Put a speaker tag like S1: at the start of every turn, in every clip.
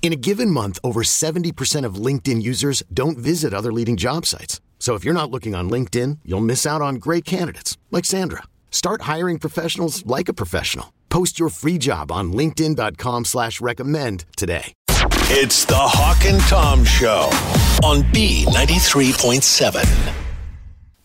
S1: In a given month, over 70% of LinkedIn users don't visit other leading job sites. So if you're not looking on LinkedIn, you'll miss out on great candidates like Sandra. Start hiring professionals like a professional. Post your free job on LinkedIn.com slash recommend today.
S2: It's the Hawk and Tom Show on B93.7.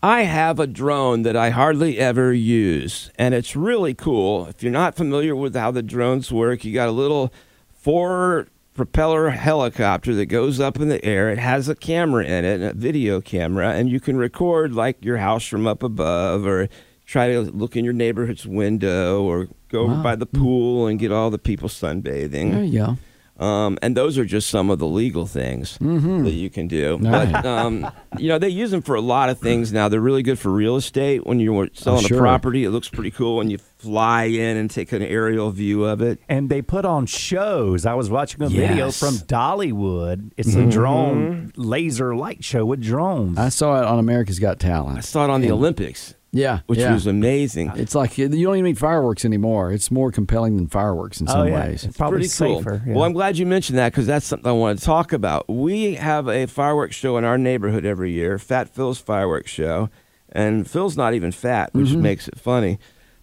S3: I have a drone that I hardly ever use, and it's really cool. If you're not familiar with how the drones work, you got a little four propeller helicopter that goes up in the air. It has a camera in it, a video camera, and you can record like your house from up above or try to look in your neighborhood's window or go over by the pool and get all the people sunbathing.
S4: Mm-hmm. There you go.
S3: Um, and those are just some of the legal things
S5: Mm-hmm.
S3: that you can do. But um, you know, they use them for a lot of things now. They're really good for real estate. When
S5: Oh,
S3: you're selling
S4: sure.
S3: a property, it looks pretty cool when you fly in and take an aerial view of it.
S5: and they put on shows. I was watching a video
S3: Yes.
S5: from Dollywood. It's a drone laser light show with drones.
S4: Mm-hmm. I saw it on America's Got
S3: I
S4: Talent.
S3: saw it on the Olympics,
S4: Yeah,
S3: which
S4: yeah.
S3: was amazing.
S4: It's like you don't even need fireworks anymore. It's more compelling than fireworks in some
S5: oh, yeah.
S4: ways.
S5: It's probably
S3: pretty cool.
S5: safer.
S3: Well,
S5: yeah.
S3: I'm glad you mentioned that because that's something I want to talk about. We have a fireworks show in our neighborhood every year, Fat Phil's fireworks show, and Phil's not even fat, which
S5: Mm-hmm.
S3: makes it funny,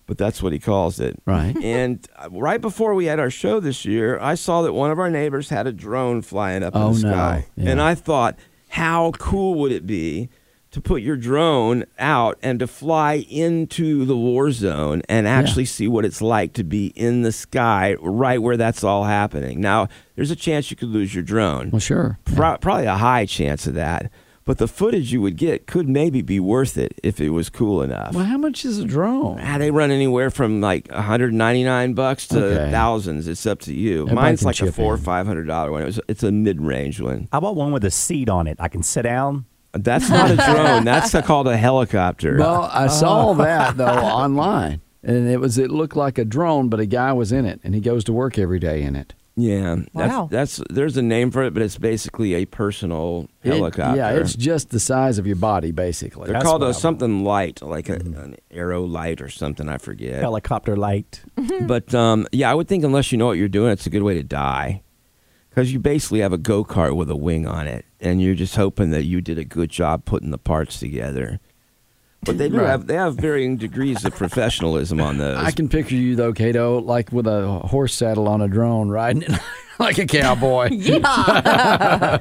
S3: but that's what he calls it.
S4: Right.
S3: and uh, right before we had our show this year, I saw that one of our neighbors had a drone flying up in
S4: Oh,
S3: the
S4: no.
S3: sky,
S4: Yeah.
S3: and I thought, how cool would it be? To put your drone out and to fly into the war zone and actually actually see what it's like to be in the sky right where that's all happening. Now, there's a chance you could lose your drone.
S4: Well, sure.
S3: Pro- probably a high chance of that. But the footage you would get could maybe be worth it if it was cool enough.
S4: Well, how much is a drone?
S3: Ah, they run anywhere from like 199 bucks to
S4: Okay.
S3: thousands. It's up to you.
S4: Everybody
S3: Mine's
S4: can
S3: like a
S4: chip
S3: four or
S4: in.
S3: five hundred dollar one. It was, it's a mid range one.
S5: I want one with a seat on it. I can sit down.
S3: That's not a drone. That's called a helicopter.
S4: Well,
S5: Uh,
S4: I saw that though online, and it was it looked like a drone, but a guy was in it, and he goes to work every day in it.
S3: yeah,
S5: Wow.
S3: that's, that's there's a name for it, but it's basically a personal
S4: It-
S3: helicopter.
S4: yeah, it's just the size of your body, basically.
S3: They're
S5: That's
S3: called
S5: what I
S3: a
S5: want.
S3: something light, like a, an arrow light or something. I forget.
S5: Helicopter light.
S3: But um, yeah, I would think unless you know what you're doing, it's a good way to die, because you basically have a go kart with a wing on it, and you're just hoping that you did a good job putting the parts together. But they do
S4: Right.
S3: have they have varying degrees of professionalism on those.
S4: I can picture you though, Cato, like with a horse saddle on a drone, riding it like a cowboy.
S5: Why?
S3: I,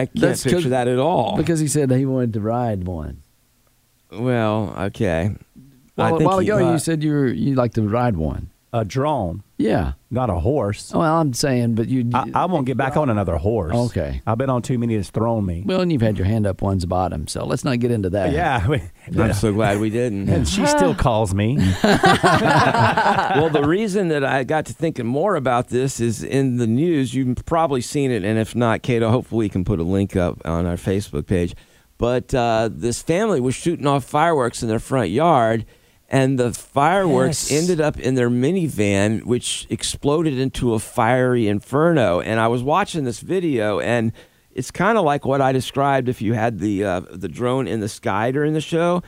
S3: I can't
S4: That's 'cause-
S3: picture that at all.
S4: because he said he wanted to ride one.
S3: well, okay. I
S4: Well, a
S3: think
S4: while
S3: he-
S4: ago,
S3: uh,
S4: you said you were, you like to ride one.
S5: a drone,
S4: Yeah.
S5: not a horse.
S4: Well, I'm saying, but you.
S5: I, I won't get back on another horse.
S4: Okay.
S5: I've been on too many that's thrown me.
S4: well, and you've had your hand up one's bottom, so let's not get into that.
S5: yeah.
S3: I'm so glad we didn't.
S5: and she still calls me.
S3: well, the reason that I got to thinking more about this is in the news. You've probably seen it, and if not, Cato, hopefully we can put a link up on our Facebook page. But uh, this family was shooting off fireworks in their front yard, and the fireworks
S5: Yes.
S3: ended up in their minivan, which exploded into a fiery inferno. And I was watching this video, and it's kind of like what I described if you had the uh, the drone in the sky during the show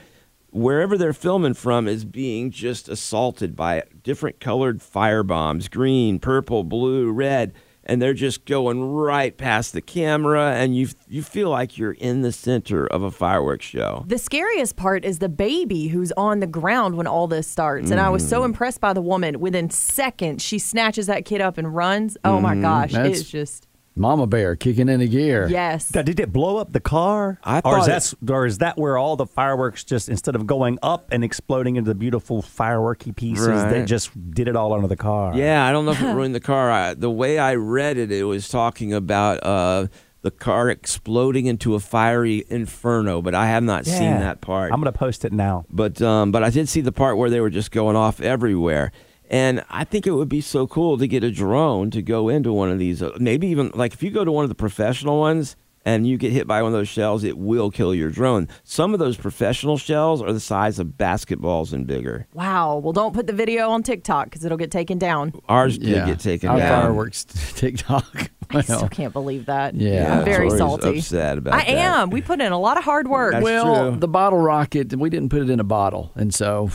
S3: wherever they're filming from is being just assaulted by different colored fire bombs green purple blue red and they're just going right past the camera and you you feel like you're in the center of a fireworks show
S6: The scariest part is the baby who's on the ground when all this starts. And I was so impressed by the woman. Within seconds, she snatches that kid up and runs. Oh my gosh,
S4: That's-
S6: it's just
S4: Mama Bear kicking into gear.
S6: Yes.
S5: Now, Did it blow up the car?
S3: I
S5: or is
S3: thought it-
S5: that or is that where all the fireworks just instead of going up and exploding into the beautiful fireworky pieces, they
S3: Right.
S5: just did it all under the car?
S3: Yeah, I don't know if it ruined the car. I, the way I read it, it was talking about uh, the car exploding into a fiery inferno, but I have not
S5: Yeah.
S3: seen that part.
S5: I'm gonna post it now.
S3: but um, but I did see the part where they were just going off everywhere. And I think it would be so cool to get a drone to go into one of these. uh, Maybe even like if you go to one of the professional ones and you get hit by one of those shells, it will kill your drone. Some of those professional shells are the size of basketballs and bigger.
S6: Wow. Well, don't put the video on TikTok because it'll get taken down.
S3: Ours did get taken
S4: Our
S3: down.
S4: fireworks TikTok.
S6: I still can't believe that.
S4: Yeah.
S6: I'm very
S3: Tori's
S6: salty.
S3: upset about
S6: I
S3: that.
S6: am. We put in a lot of hard work.
S3: That's
S4: well,
S3: true.
S4: the bottle rocket, we didn't put it in a bottle. And so,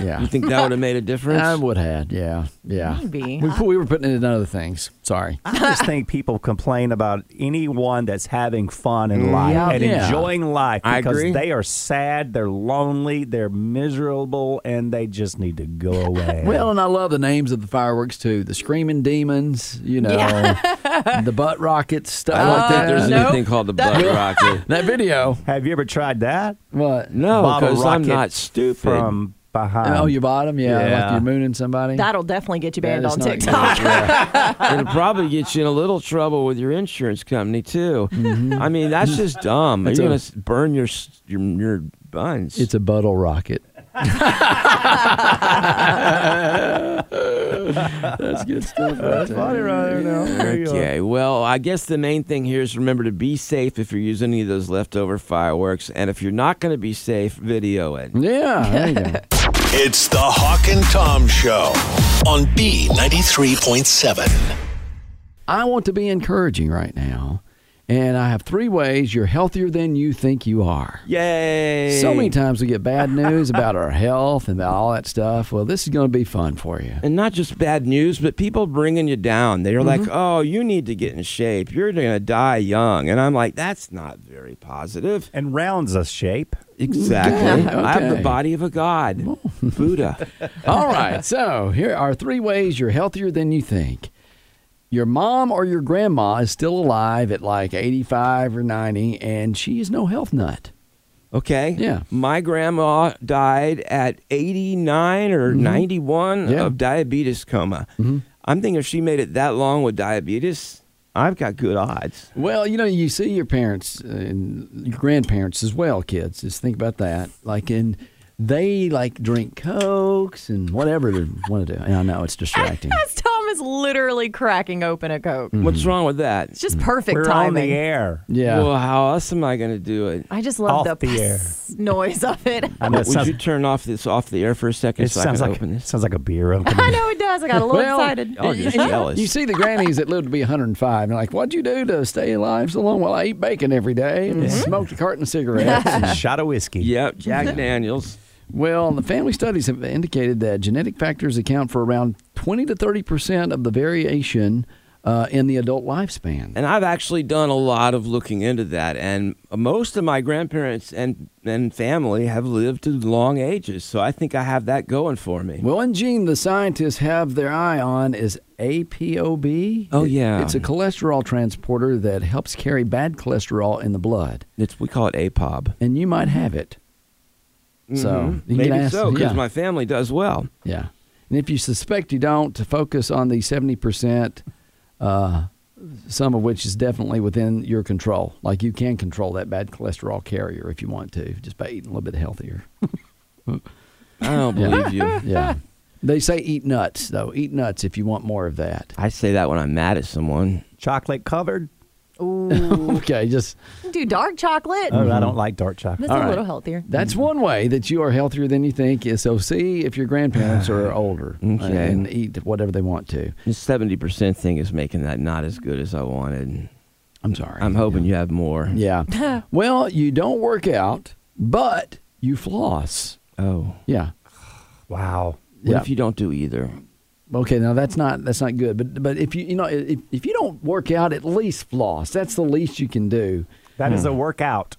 S4: yeah.
S3: You think that would have made a difference?
S4: I would have, yeah, yeah.
S6: Maybe.
S4: We, put- we were putting it in other things. Sorry.
S5: I just think people complain about anyone that's having fun in life
S6: Yeah.
S5: and
S4: Yeah.
S5: enjoying life
S3: Mm, I
S5: because
S3: agree.
S5: they are sad, they're lonely, they're miserable, and they just need to go away.
S4: Well, and I love the names of the fireworks too. The screaming demons, you know, the butt rockets stuff. Uh,
S3: I don't
S4: like
S3: think
S4: that.
S3: there's
S6: no.
S3: anything called the butt rocket.
S4: that video.
S5: have you ever tried that?
S4: What?
S3: No,
S5: Bob a
S3: because I'm
S5: rocket
S3: not stupid.
S5: From behind.
S4: oh, your bottom. Yeah,
S5: yeah.
S4: like you're mooning somebody.
S6: That'll definitely get you
S4: That
S6: banned
S4: is
S6: on
S4: not
S6: TikTok.
S4: good, yeah.
S3: It'll probably get you in a little trouble with your insurance company too. I mean, that's just dumb.
S4: It's
S3: You're
S4: a-
S3: gonna s- burn your s- your, your buns.
S4: It's a buttle rocket. That's good stuff. That's funny, right
S5: uh,
S3: okay. Well, I guess the main thing here is remember to be safe if you're using any of those leftover fireworks, and if you're not gonna be safe, video it.
S4: Yeah, there you go.
S2: It's the Hawk and Tom Show on B93.7.
S4: I want to be encouraging right now, and I have three ways you're healthier than you think you are.
S3: Yay!
S4: So many times we get bad news about our health and about all that stuff. Well, this is going to be fun for you.
S3: and not just bad news, but people bringing you down. They're
S4: Mm-hmm.
S3: like, "Oh, you need to get in shape. You're going to die young," and I'm like, "That's not very positive."
S5: and rounds us shape.
S3: Exactly.
S4: Yeah,
S3: I have
S4: okay.
S3: the body of a god, Buddha.
S4: All right, so here are three ways you're healthier than you think. Your mom or your grandma is still alive at like 85 or 90, and she is no health nut.
S3: Okay.
S4: Yeah.
S3: My grandma died at 89 or 91
S4: Mm-hmm. Yeah. Mm-hmm.
S3: of diabetes coma. I'm thinking if she made it that long with diabetes, I've got good odds.
S4: Well, you know, you see your parents uh, and your grandparents as well, kids. Just think about that. Like, and they like drink cokes and whatever they want to do. And I know it's distracting.
S6: As Tom is literally cracking open a Coke.
S3: What's wrong with that?
S6: It's just perfect
S5: We're on
S6: timing.
S5: the air.
S4: Mm-hmm. Yeah.
S3: Well, how else am I going to do it?
S6: I just love
S5: Off
S6: the,
S5: the air.
S6: noise of it.
S5: I know it
S3: Would
S5: sounds,
S3: you turn off this off the air for a second
S5: it
S3: so
S5: sounds
S3: I can
S5: like
S3: open this?
S5: sounds like a beer
S6: I
S5: opening.
S6: know it does. I got a little
S4: Well,
S6: excited.
S3: Oh, you're jealous.
S4: you see the grannies that lived to be 105, and like, what'd you do to stay alive so long? Well, I ate bacon every day and
S3: Mm-hmm.
S4: smoked a carton of cigarettes.
S5: A shot of whiskey.
S3: Yep, Jack Daniels.
S4: well, the family studies have indicated that genetic factors account for around 20 to 30 percent of the variation uh, in the adult lifespan.
S3: And I've actually done a lot of looking into that. And most of my grandparents and, and family have lived to long ages. So I think I have that going for me.
S4: Well, one gene the scientists have their eye on is APOB.
S3: Oh, yeah.
S4: It's a cholesterol transporter that helps carry bad cholesterol in the blood,
S3: It's, we call it APOB. Mm-hmm.
S4: and you might have it. So you
S3: Maybe
S4: can ask,
S3: so, because
S4: yeah,
S3: my family does well.
S4: yeah. And if you suspect you don't, to focus on the seventy percent, uh, some of which is definitely within your control. Like you can control that bad cholesterol carrier if you want to, just by eating a little bit healthier.
S3: I don't believe you.
S4: Yeah. They say eat nuts though. Eat nuts if you want more of that.
S3: I say that when I'm mad at someone.
S5: Chocolate covered.
S4: Okay, just
S6: Do dark chocolate.
S5: Oh,
S3: Mm-hmm.
S5: I don't like dark chocolate.
S6: That's a little healthier.
S4: That's one way that you are healthier than you think is so see if your grandparents are older
S3: Okay.
S4: and eat whatever they want to.
S3: The 70% thing is making that not as good as I wanted.
S4: I'm sorry.
S3: I'm hoping you have more.
S4: Yeah. well, you don't work out, but you floss.
S3: Oh.
S4: Yeah.
S5: Wow.
S3: What
S4: Yeah.
S3: if you don't do either?
S4: Okay, now that's not that's not good. But but if you you know if, if you
S3: Mm.
S4: don't work out, at least floss. That's the least you can do.
S5: That is a workout.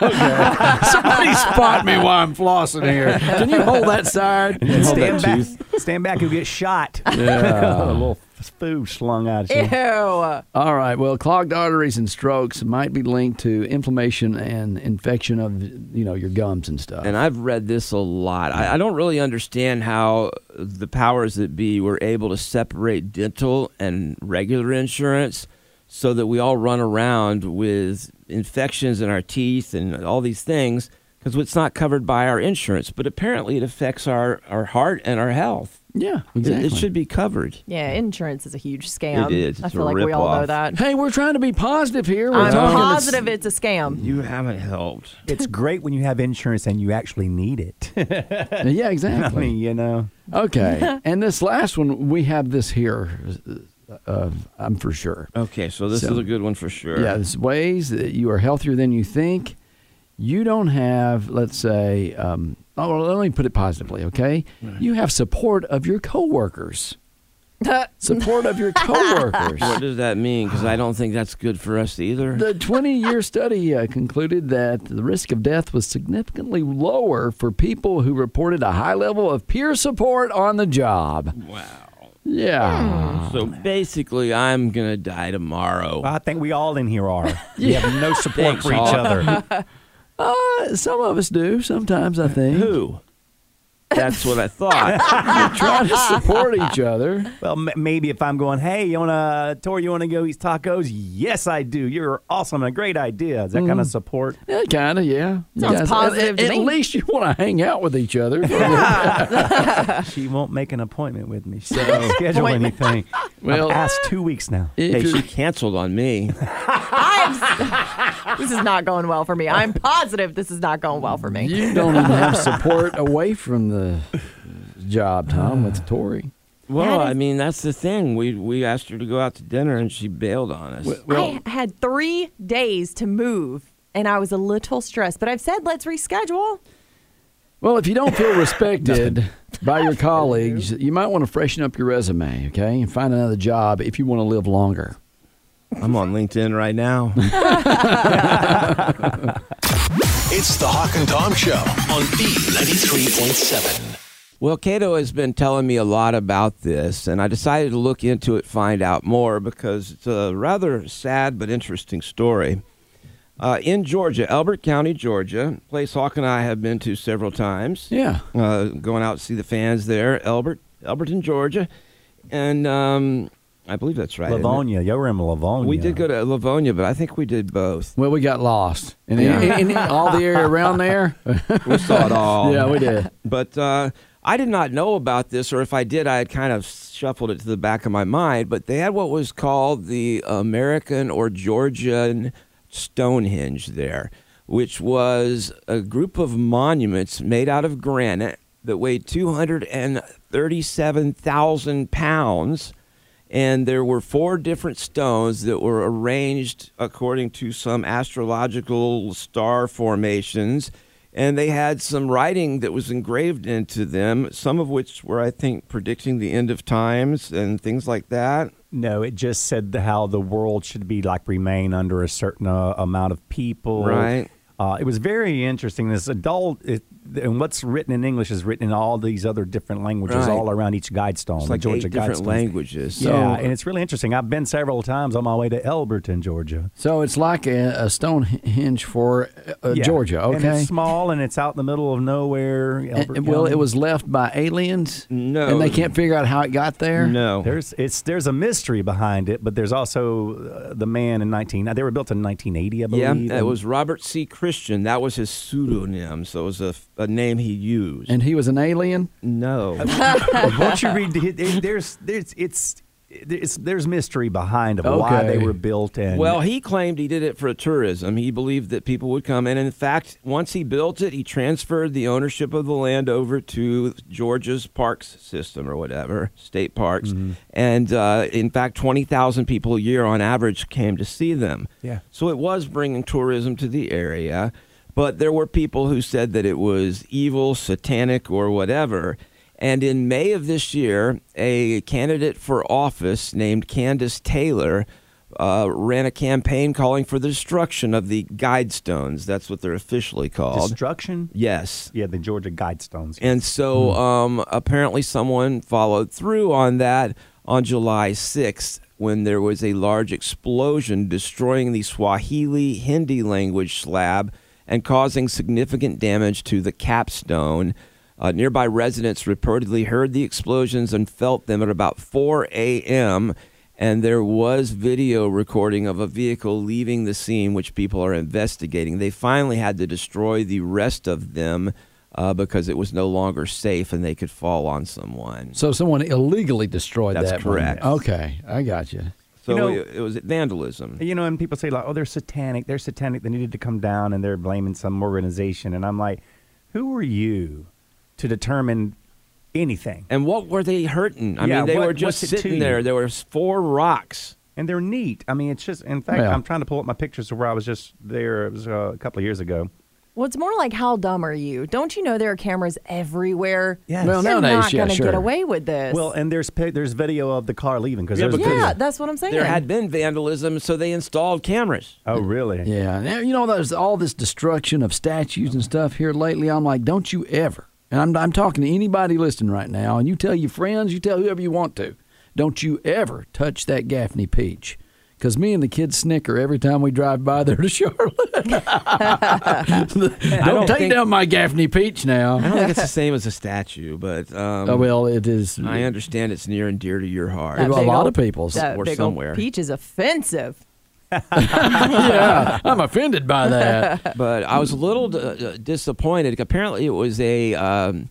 S4: Somebody spot me while I'm flossing here. Can you hold that side?
S3: Hold
S5: stand
S3: that
S5: back.
S3: tooth.
S5: Stand back. You'll get shot.
S4: Yeah.
S5: a little food slung out. Of you.
S6: Ew.
S4: All right. Well, clogged arteries and strokes might be linked to inflammation and infection of you know your gums and stuff.
S3: And I've read this a lot. I, I don't really understand how the powers that be were able to separate dental and regular insurance so that we all run around with infections in our teeth and all these things because it's not covered by our insurance. But apparently it affects our, our heart and our health.
S4: yeah,
S3: It-
S4: exactly.
S3: It, should be covered.
S6: Yeah, insurance is a huge scam.
S3: It is.
S6: I
S3: It's
S6: feel
S3: a
S6: like we all know
S3: ripoff.
S6: that.
S4: Hey, we're trying to be positive here. We're
S6: I'm
S4: talking-
S6: positive it's a scam.
S3: You haven't helped.
S5: It's great when you have insurance and you actually need it.
S4: Yeah,
S5: I
S4: exactly.
S5: mean, you know.
S4: Okay. and this last one, we have this here. Uh, I'm for sure.
S3: Okay, so this
S4: So-
S3: is a good one for sure.
S4: Yeah, there's ways that you are healthier than you think. You don't have, let's say, um, oh, well, let me put it positively, okay? You have support of your coworkers. Support of your coworkers.
S3: What does that mean? Because I don't think that's good for us either.
S4: The 20 year study uh, concluded that the risk of death was significantly lower for people who reported a high level of peer support on the job. Wow. Yeah.
S3: So basically, I'm gonna die tomorrow.
S5: I think we all in here are. We have no support
S3: Thanks,
S5: for each
S3: Hawk.
S5: other.
S4: Uh, some of us do sometimes, I think.
S3: Who? That's what I thought.
S4: Try to support each other.
S5: Well, m- maybe if I'm going, hey, you wanna Tori, you wanna go eat tacos? Yes, I do. You're awesome. A great idea. Is that
S3: Mm-hmm.
S5: kind of support?
S4: Yeah, kind of, yeah. You
S6: Sounds
S4: guys-
S6: positive
S4: At,
S6: to
S4: at
S6: me.
S4: least you want to hang out with each other.
S5: She won't make an appointment with me. She doesn't schedule anything.
S4: Well-
S5: Well, I've asked two weeks now.
S3: hey,
S4: If
S3: she
S4: you're-
S3: canceled on me.
S6: this is not going well for me. I'm positive this is not going well for me.
S4: you don't even have support away from the job, Tom, with Tori.
S3: Well,
S6: That is-
S3: I mean, that's the thing. We we asked her to go out to dinner, and she bailed on us.
S6: I had three days to move, and I was a little stressed. But I've said let's reschedule.
S4: Well, if you don't feel respected by your colleagues, you might want to freshen up your resume, okay, and find another job if you want to live longer.
S3: I'm on LinkedIn right now.
S2: It's the Hawk and Tom Show on B93.7.
S3: Well, Cato has been telling me a lot about this, and I decided to look into it, find out more, because it's a rather sad but interesting story. Uh, in Georgia, Albert County, Georgia, a place Hawk and I have been to several times.
S4: Yeah.
S3: uh, going out to see the fans there, Albert, Alberton, Georgia, and um, I believe that's right. isn't it?
S5: Livonia, you were in Livonia.
S3: We did go to Livonia, but I think we did both.
S4: Well, we got lost. And,
S3: Yeah.
S4: and- and all the area around there.
S3: We saw it all.
S4: yeah, we did.
S3: But uh, I did not know about this, or if I did, I had kind of shuffled it to the back of my mind. But they had what was called the American or Georgian Stonehenge there, which was a group of monuments made out of granite that weighed 237,000 pounds. And there were four different stones that were arranged according to some astrological star formations. And they had some writing that was engraved into them, some of which were, I think, predicting the end of times and things like that.
S5: No, it just said the- how the world should be like remain under a certain uh, amount of people.
S3: Right.
S5: Uh, it was very interesting. This adult it, and what's written in English is written in all these other different languages
S3: Right.
S5: all around each guidestone.
S3: It's
S5: the
S3: like
S5: Georgia
S3: eight different
S5: guidestones.
S3: languages. So
S5: yeah, and it's really interesting. I've been several times on my way to Elberton, Georgia.
S4: So it's like a, a Stonehenge for uh,
S5: Yeah.
S4: Georgia, okay?
S5: And it's small and it's out in the middle of nowhere. Elbert
S4: And- well,
S5: County.
S4: it was left by aliens.
S3: No.
S4: and they can't figure out how it got there.
S3: no.
S5: There's it's there's a mystery behind it, but there's also uh, the man in 19. They were built in 1980, I
S3: Yeah,
S5: believe.
S3: it
S5: and-
S3: was Robert C. Christian. That was his pseudonym. So it was a, a name he used.
S4: and he was an alien.
S3: no.
S5: But once you read it, it- there's there's it's it's there's mystery behind of why
S4: Okay.
S5: they were built and
S3: Well, he claimed he did it for tourism. He believed that people would come in. And in fact, once he built it, he transferred the ownership of the land over to Georgia's parks system or whatever, state parks.
S5: Mm-hmm.
S3: And uh, in fact, 20,000 people a year on average came to see them.
S5: Yeah.
S3: So it was bringing tourism to the area. But there were people who said that it was evil, satanic, or whatever. And in May of this year, a candidate for office named Candace Taylor uh, ran a campaign calling for the destruction of the guidestones. That's what they're officially called.
S5: Destruction?
S3: yes.
S5: Yeah, the Georgia Guidestones.
S3: And so um, apparently someone followed through on that on July 6th when there was a large explosion destroying the Swahili Hindi language slab and causing significant damage to the capstone. Uh, nearby residents reportedly heard the explosions and felt them at about 4 a.m. And there was video recording of a vehicle leaving the scene, which people are investigating. They finally had to destroy the rest of them uh, because it was no longer safe and they could fall on someone.
S4: So someone illegally destroyed
S3: That's
S4: that. one.
S3: correct.
S4: Okay, I got you.
S3: So
S5: You know-
S3: it, it was vandalism.
S5: You know, and people say like, "Oh, they're satanic. They're satanic. They needed to come down, and they're blaming some organization." And I'm like, "Who are you to determine anything?"
S3: And what were they hurting? I
S5: Yeah,
S3: mean, they
S5: what-
S3: were just
S5: what's it to
S3: sitting
S5: you?
S3: there. There were four rocks.
S5: And they're neat. I mean, it's just. In fact,
S4: Yeah.
S5: I'm trying to pull up my pictures of where I was just there. It was uh, a couple of years ago.
S6: Well, it's more like how dumb are you? Don't you know there are cameras everywhere?
S5: Yes.
S4: Well,
S6: You're
S4: nowadays,
S6: not
S4: yeah,
S6: gonna
S4: sure.
S6: get away with this.
S5: Well, and there's pi- there's video of the car leaving because
S3: Yeah,
S5: there's.
S3: because-
S6: yeah, that's what I'm saying.
S3: There had been vandalism, so they installed cameras.
S5: Oh, really?
S4: Yeah, now, you know, there's all this destruction of statues and stuff here lately. I'm like, don't you ever, and I'm, I'm talking to anybody listening right now, and you tell your friends, you tell whoever you want to, don't you ever touch that Gaffney peach. Because me and the kids snicker every time we drive by there to Charlotte. don't,
S3: don't
S4: take
S3: think-
S4: down my Gaffney peach
S3: I
S4: now.
S3: don't think it's the same as a statue, but um,
S4: Oh, well, it is.
S3: I understand it's near and dear to your heart.
S6: That
S4: Well, a
S6: big
S4: lot
S6: old-
S4: of people's
S6: that
S3: or
S6: big
S3: somewhere.
S6: Old peach is offensive.
S4: yeah, I'm offended by that.
S3: but I was a little uh, disappointed. Apparently, it was a um,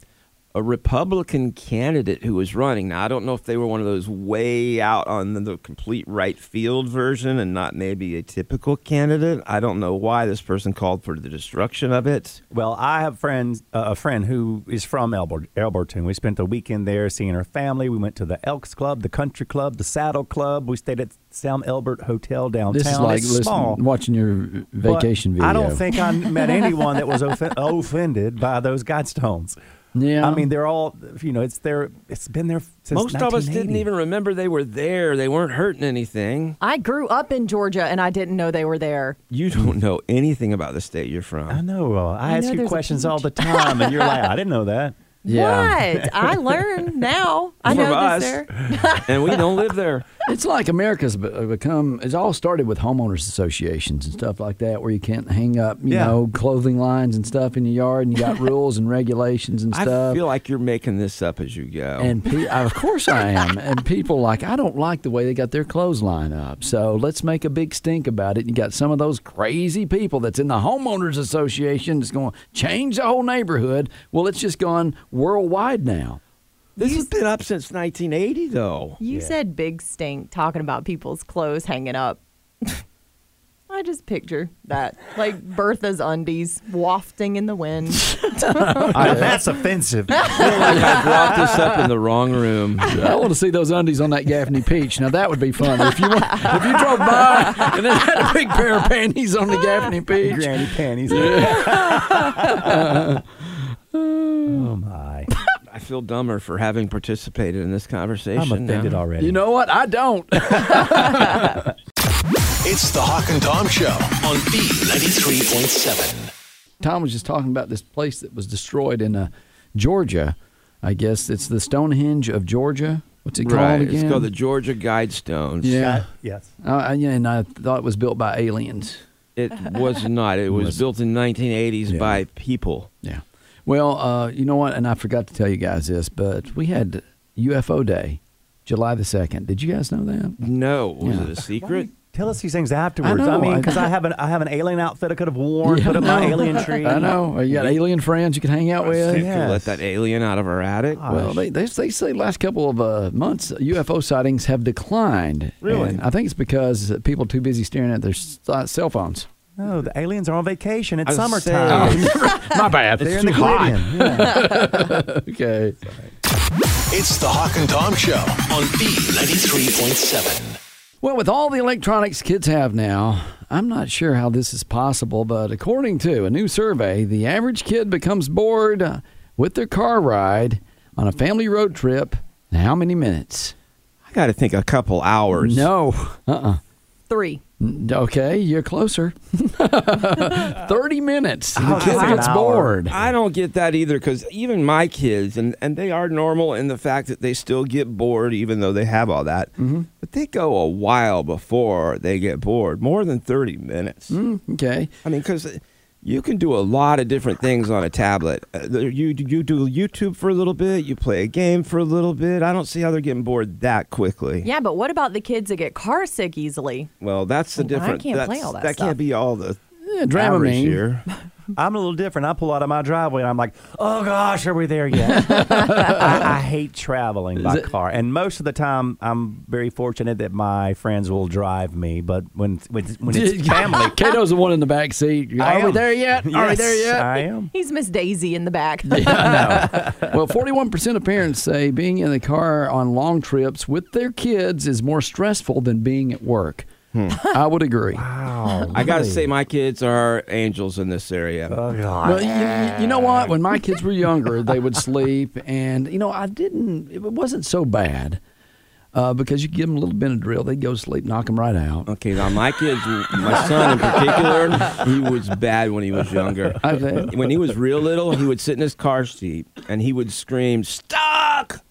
S3: a Republican candidate who was running. Now, I don't know if they were one of those way out on the, the complete right field version and not maybe a typical candidate. I don't know why this person called for the destruction of it.
S5: Well, I have friends, uh, a friend who is from Albert, Alberton. We spent the weekend there seeing her family. We went to the Elks Club, the Country Club, the Saddle Club. We stayed at Sam Elbert Hotel downtown.
S4: This is like
S5: it's
S4: listening-
S5: small.
S4: watching your
S5: but
S4: vacation video.
S5: I don't think I met anyone that was off- offended by those Guidestones.
S4: Yeah.
S5: I mean, they're all, you know, it's their, it's been there since
S3: Most of us didn't
S5: 1980.
S3: even remember they were there. They weren't hurting anything.
S6: I grew up in Georgia and I didn't know they were there.
S3: You don't know anything about the state you're from.
S5: I know. uh, I,
S6: I
S5: ask
S6: know
S5: you
S6: there's a
S5: questions all the time, and you're like, I didn't know that.
S4: Yeah.
S6: What? I learned now. I
S3: From
S6: know
S3: us.
S6: this there.
S3: and we don't live there.
S4: It's like America's be- uh, become. It all started with homeowners associations and stuff like that, where you can't hang up, you
S5: Yeah.
S4: know, clothing lines and stuff in your yard, and you got rules and regulations and
S3: I
S4: stuff.
S3: feel like you're making this up as you go.
S4: and pe- of course I am. And people like I don't like the way they got their clothes line up. So let's make a big stink about it. You got some of those crazy people that's in the homeowners association that's going to change the whole neighborhood. Well, it's just gone worldwide now.
S3: this has been up since 1980, though.
S6: You said big stink talking about people's clothes hanging up. I just picture that. Like Bertha's undies wafting in the wind.
S5: Now, that's offensive.
S3: I brought this up in the wrong room.
S4: I want to see those undies on that Gaffney Peach. Now that would be fun. If you want, if you drove by and then had a big pair of panties on the Gaffney Peach.
S5: Granny panties. oh my!
S3: I feel dumber for having participated in this conversation.
S5: I'm offended
S3: now.
S5: already.
S4: You know what? I don't.
S2: It's the Hawk and Tom Show on B93.7.
S4: Tom was just talking about this place that was destroyed in uh, Georgia. I guess it's the Stonehenge of Georgia. What's it
S3: Right.
S4: called again?
S3: It's called the Georgia Guidestones.
S4: yeah.
S5: yes.
S4: Uh, I- yeah, and I thought it was built by aliens.
S3: It was not. It was built in 1980s
S4: Yeah.
S3: by people.
S4: Yeah. Well, uh, you know what? And I forgot to tell you guys this, but we had UFO Day, July the second. Did you guys know that?
S3: No, was
S4: Yeah.
S3: it a secret?
S5: Tell us these things afterwards. I,
S4: know,
S5: mean,
S4: I-
S5: because I have an I have an alien outfit I could have worn. put up my
S4: I know.
S5: alien tree.
S4: I know. You got alien friends you Ah. can hang out
S3: You
S4: with.
S3: could Let that alien out of our attic.
S4: Well, they, they, they say last couple of uh, months UFO sightings have declined.
S5: Really?
S4: And I think it's because people are too busy staring at their s- uh, cell phones.
S5: No, the aliens are on vacation. It's
S3: I was
S5: summertime.
S3: saying-
S4: My bad.
S5: They're in the Caribbean. Yeah.
S4: Okay.
S2: It's the Hawk and Tom Show on B93.7.
S4: Well, with all the electronics kids have now, I'm not sure how this is possible, but according to a new survey, the average kid becomes bored uh, with their car ride on a family road trip. in How many minutes?
S3: I got to think a couple hours.
S4: No. Uh uh
S6: Three.
S4: Okay, you're closer. 30 minutes. The
S5: Oh,
S4: kid
S5: that's an
S4: gets
S5: hour.
S4: bored.
S3: I don't get that either because even my kids, and, and they are normal in the fact that they still get bored even though they have all that.
S6: Mm-hmm.
S3: But they go a while before they get bored, more than 30 minutes.
S6: Mm.
S4: Okay.
S3: I mean, because you can do a lot of different things on a tablet. Uh, there- You, you do YouTube for a little bit, you play a game for a little bit. I don't see how they're getting bored that quickly.
S6: Yeah, but what about the kids that get car sick easily?
S3: Well, that's the
S6: Well, I
S3: difference.
S6: can't play all that
S3: That
S6: stuff.
S3: can't be all the
S4: Yeah,
S3: average
S4: Dramamine.
S3: here.
S5: I'm a little different. I pull out of my driveway and I'm like, oh gosh, are we there yet? I, I hate traveling by car. And most of the time, I'm very fortunate that my friends will drive me. But when, when, when it's family,
S4: Kato's the one in the back seat. Are
S5: I
S4: we
S5: am.
S4: there yet? Are we
S5: Yes,
S4: there yet?
S5: I am.
S6: He's Miss Daisy in the back.
S4: well, 41% of parents say being in the car on long trips with their kids is more stressful than being at work.
S5: Hmm.
S4: I would agree.
S3: I got to say, my kids are angels in this area.
S5: Oh, God.
S4: Well, you- you, you know what? When my kids were younger, they would sleep, and you know, I didn't. It wasn't so bad uh, because you give them a little Benadryl, they'd go to sleep, knock them right out.
S3: Okay, now my kids, my son in particular, he was bad when he was younger.
S4: I bet.
S3: When he was real little, he would sit in his car seat and he would scream, "Stuck,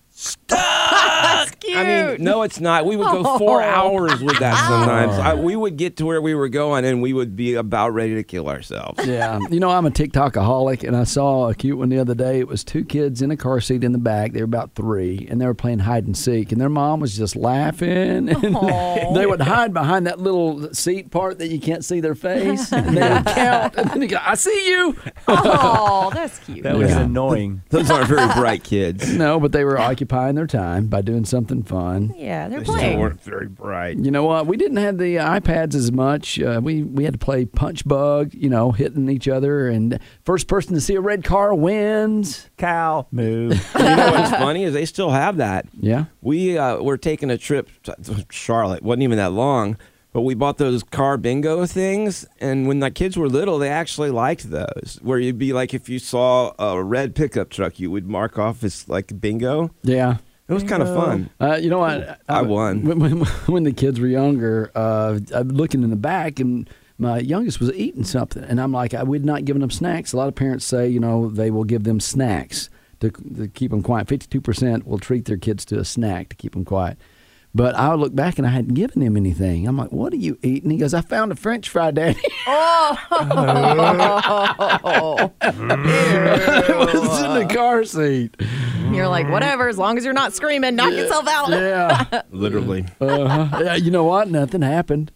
S3: stuck." I
S6: cute.
S3: mean, no, it's not. We would go four
S6: Oh.
S3: hours with that sometimes. I, we would get to where we were going and we would be about ready to kill ourselves.
S4: Yeah, you know, I'm a TikTokaholic, and I saw a cute one the other day. It was two kids in a car seat in the back. They were about three, and they were playing hide and seek, and their mom was just laughing. And
S6: Aw.
S4: they would hide behind that little seat part that you can't see their face, and they would count, and then they go, "I see you."
S6: oh, that's cute.
S5: that was
S4: Yeah.
S5: annoying.
S3: Those aren't very bright kids.
S4: No, but they were occupying their time by doing something fun.
S6: Yeah, they're
S3: They still
S6: playing.
S3: weren't very bright.
S4: You know what? We didn't have the iPads as much. Uh, we we had to play punch bug. You know, hitting each other, and first person to see a red car wins.
S5: Cow, move.
S3: you know what's funny is they still have that.
S4: Yeah.
S3: We uh, were taking a trip to to Charlotte. wasn't even that long, but we bought those car bingo things. And when the kids were little, they actually liked those. Where you'd be like, if you saw a red pickup truck, you would mark off as like bingo.
S4: Yeah.
S3: It was kind of fun.
S4: Uh, you know what?
S3: I won.
S4: When, when, when the kids were younger, uh, I'm looking in the back, and my youngest was eating something, and I'm like, I would not given them snacks. A lot of parents say, you know, they will give them snacks to, to keep them quiet. Fifty-two percent will treat their kids to a snack to keep them quiet. But I would look back and I hadn't given him anything. I'm like, "What are you eating?" He goes, "I found a French fry, Daddy."
S6: Oh.
S4: it
S3: Oh,
S4: was in the car seat.
S6: You're like, whatever, as long as you're not screaming, knock yourself out.
S4: Yeah.
S3: Literally.
S4: Uh-huh. Yeah, you know what? Nothing happened.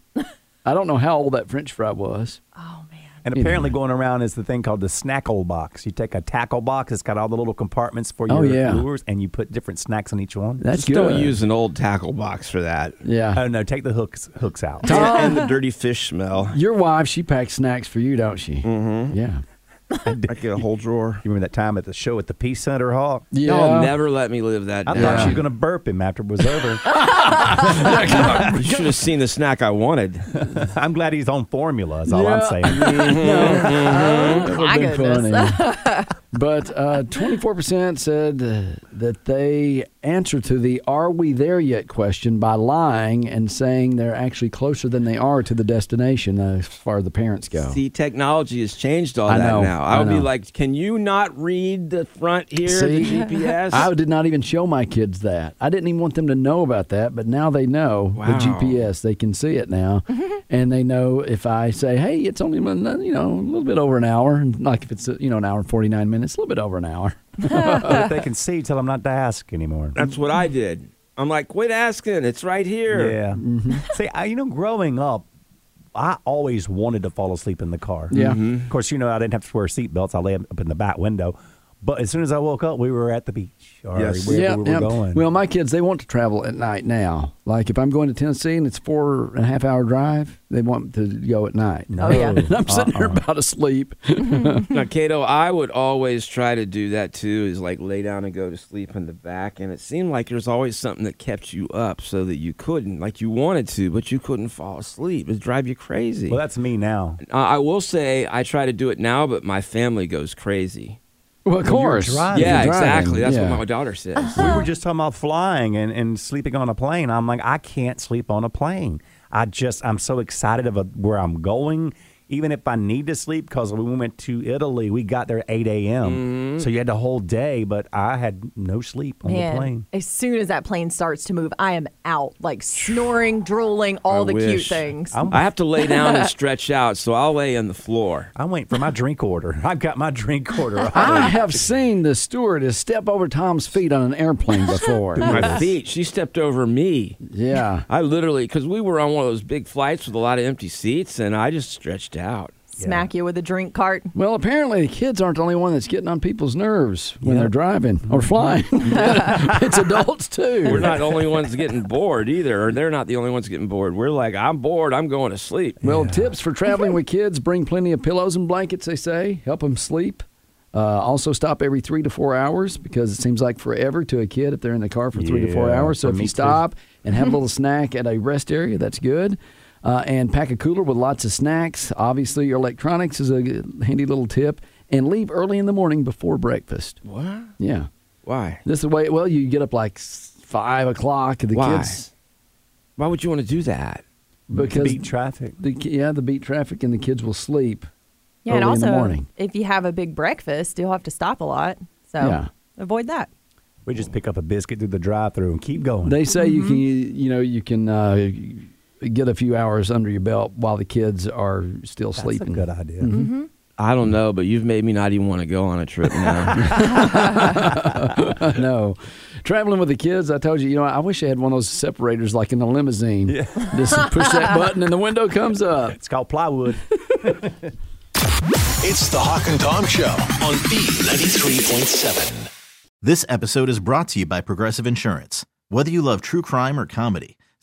S4: I don't know how old that French fry was.
S6: Oh, man.
S5: And apparently, going around is the thing called the snackle box. You take a tackle box, it's got all the little compartments for your
S4: Oh, yeah.
S5: lures, and you put different snacks on each one.
S4: That's
S3: Just
S4: good.
S3: don't use an old tackle box for that.
S4: yeah.
S5: Oh, no, take the hooks hooks out.
S3: And the dirty fish smell.
S4: Your wife, she packs snacks for you, don't she? Mm-hmm. Yeah.
S3: I get a whole drawer.
S5: You remember that time at the show at the Peace Center Hall?
S4: Yeah.
S3: Y'all never let me live that
S5: I
S3: down.
S5: thought she was going to burp him after it was over.
S3: You should have seen the snack I wanted.
S5: I'm glad he's on formula, is all
S4: Yeah.
S5: I'm saying.
S4: That would've
S6: My
S4: been
S6: goodness.
S4: funny. but uh, 24% said uh, that they answer to the are we there yet question by lying and saying they're actually closer than they are to the destination uh, as far as the parents go.
S3: See, technology has changed all
S4: Oh. I
S3: that
S4: know,
S3: now.
S4: I
S3: I would be
S4: know.
S3: like, can you not read the front here,
S4: See?
S3: the GPS?
S4: I did not even show my kids that. I didn't even want them to know about that, but now they know the
S3: Wow.
S4: GPS. They can see it now, and they know if I say, "Hey, it's only you know a little bit over an hour," and like if it's you know an hour and forty nine minutes, a little bit over an hour.
S5: But they can see, tell him not to ask anymore.
S3: That's what I did. I'm like, quit asking. It's right here.
S5: Yeah.
S4: Mm-hmm.
S5: See, I, you know, growing up, I always wanted to fall asleep in the car.
S4: Yeah.
S5: Of course, you know, I didn't have to wear seatbelts. I lay up in the back window. But as soon as I woke up, we were at the beach or
S3: Yes.
S5: wherever
S4: Yeah,
S5: we were
S4: yeah.
S5: going.
S4: Well, my kids they want to travel at night now. Like if I'm going to Tennessee and it's four and a half hour drive, they want to go at night.
S5: No.
S6: Oh, yeah.
S4: And I'm sitting there
S5: Uh-uh.
S4: about asleep.
S3: Now, Cato, I would always try to do that too, is like lay down and go to sleep in the back. And it seemed like there's always something that kept you up so that you couldn't, like you wanted to, but you couldn't fall asleep. It'd drive you crazy.
S5: Well, that's me now.
S3: Uh, I will say I try to do it now, but my family goes crazy.
S4: Well, of
S5: Well, you're
S4: course.
S5: driving.
S3: yeah,
S4: You're driving.
S3: exactly. That's
S4: Yeah.
S3: what my daughter says.
S5: We were just talking about flying and, and sleeping on a plane. I'm like, I can't sleep on a plane. I just, I'm so excited about where I'm going. Even if I need to sleep, because when we went to Italy, we got there at 8 a.m.
S4: Mm-hmm.
S5: So you had the whole day, but I had no sleep on the plane.
S6: as soon as that plane starts to move, I am out, like snoring, drooling, all
S3: I
S6: the cute
S3: wish.
S6: things.
S5: I'm,
S3: I have to lay down and stretch out, so I'll lay on the floor.
S5: I'm waiting for my drink order. I've got my drink order.
S4: I have seen the stewardess step over Tom's feet on an airplane before.
S3: My feet. She stepped over me.
S4: yeah.
S3: I literally, because we were on one of those big flights with a lot of empty seats, and I just stretched out.
S6: Smack you with a drink cart.
S4: Well, apparently the kids aren't the only one that's getting on people's nerves when they're driving or
S5: Mm-hmm.
S4: flying. it's adults too.
S3: We're not the only ones getting bored either, or they're not the only ones getting bored. We're like, I'm bored. I'm going to sleep.
S4: Well, tips for traveling with kids bring plenty of pillows and blankets, they say. Help them sleep. Uh, also, stop every three to four hours because it seems like forever to a kid if they're in the car for three to four
S5: Yeah,
S4: hours. So
S5: for
S4: if
S5: me
S4: you
S5: too.
S4: stop and have a little snack at a rest area, that's good. Uh, and pack a cooler with lots of snacks. Obviously, your electronics is a handy little tip. And leave early in the morning before breakfast.
S3: What?
S4: Yeah.
S3: Why?
S4: This is the way. Well, you get up like s- five o'clock. The
S3: Why?
S4: kids
S3: Why would you want to do that?
S5: to
S4: because
S5: beat traffic.
S4: the ki- yeah the beat traffic and the kids will sleep.
S6: Yeah, and
S4: early in the
S6: also,
S4: morning.
S6: if you have a big breakfast, you'll have to stop a lot. So
S4: Yeah.
S6: avoid that.
S5: We just pick up a biscuit through the drive-through and keep going.
S4: They say you
S5: Mm-hmm.
S4: can you know you can uh, get a few hours under your belt while the kids are still
S5: That's
S4: sleeping. Mm-hmm.
S5: a good idea.
S3: I don't know, but you've made me not even want to go on a trip now.
S4: no, traveling with the kids. I told you, you know, I wish I had one of those separators like in a limousine. Just push that button and the window comes up.
S5: It's called plywood.
S2: It's the Hawk and Tom Show on B93.7.
S7: This episode is brought to you by Progressive Insurance. Whether you love true crime or comedy,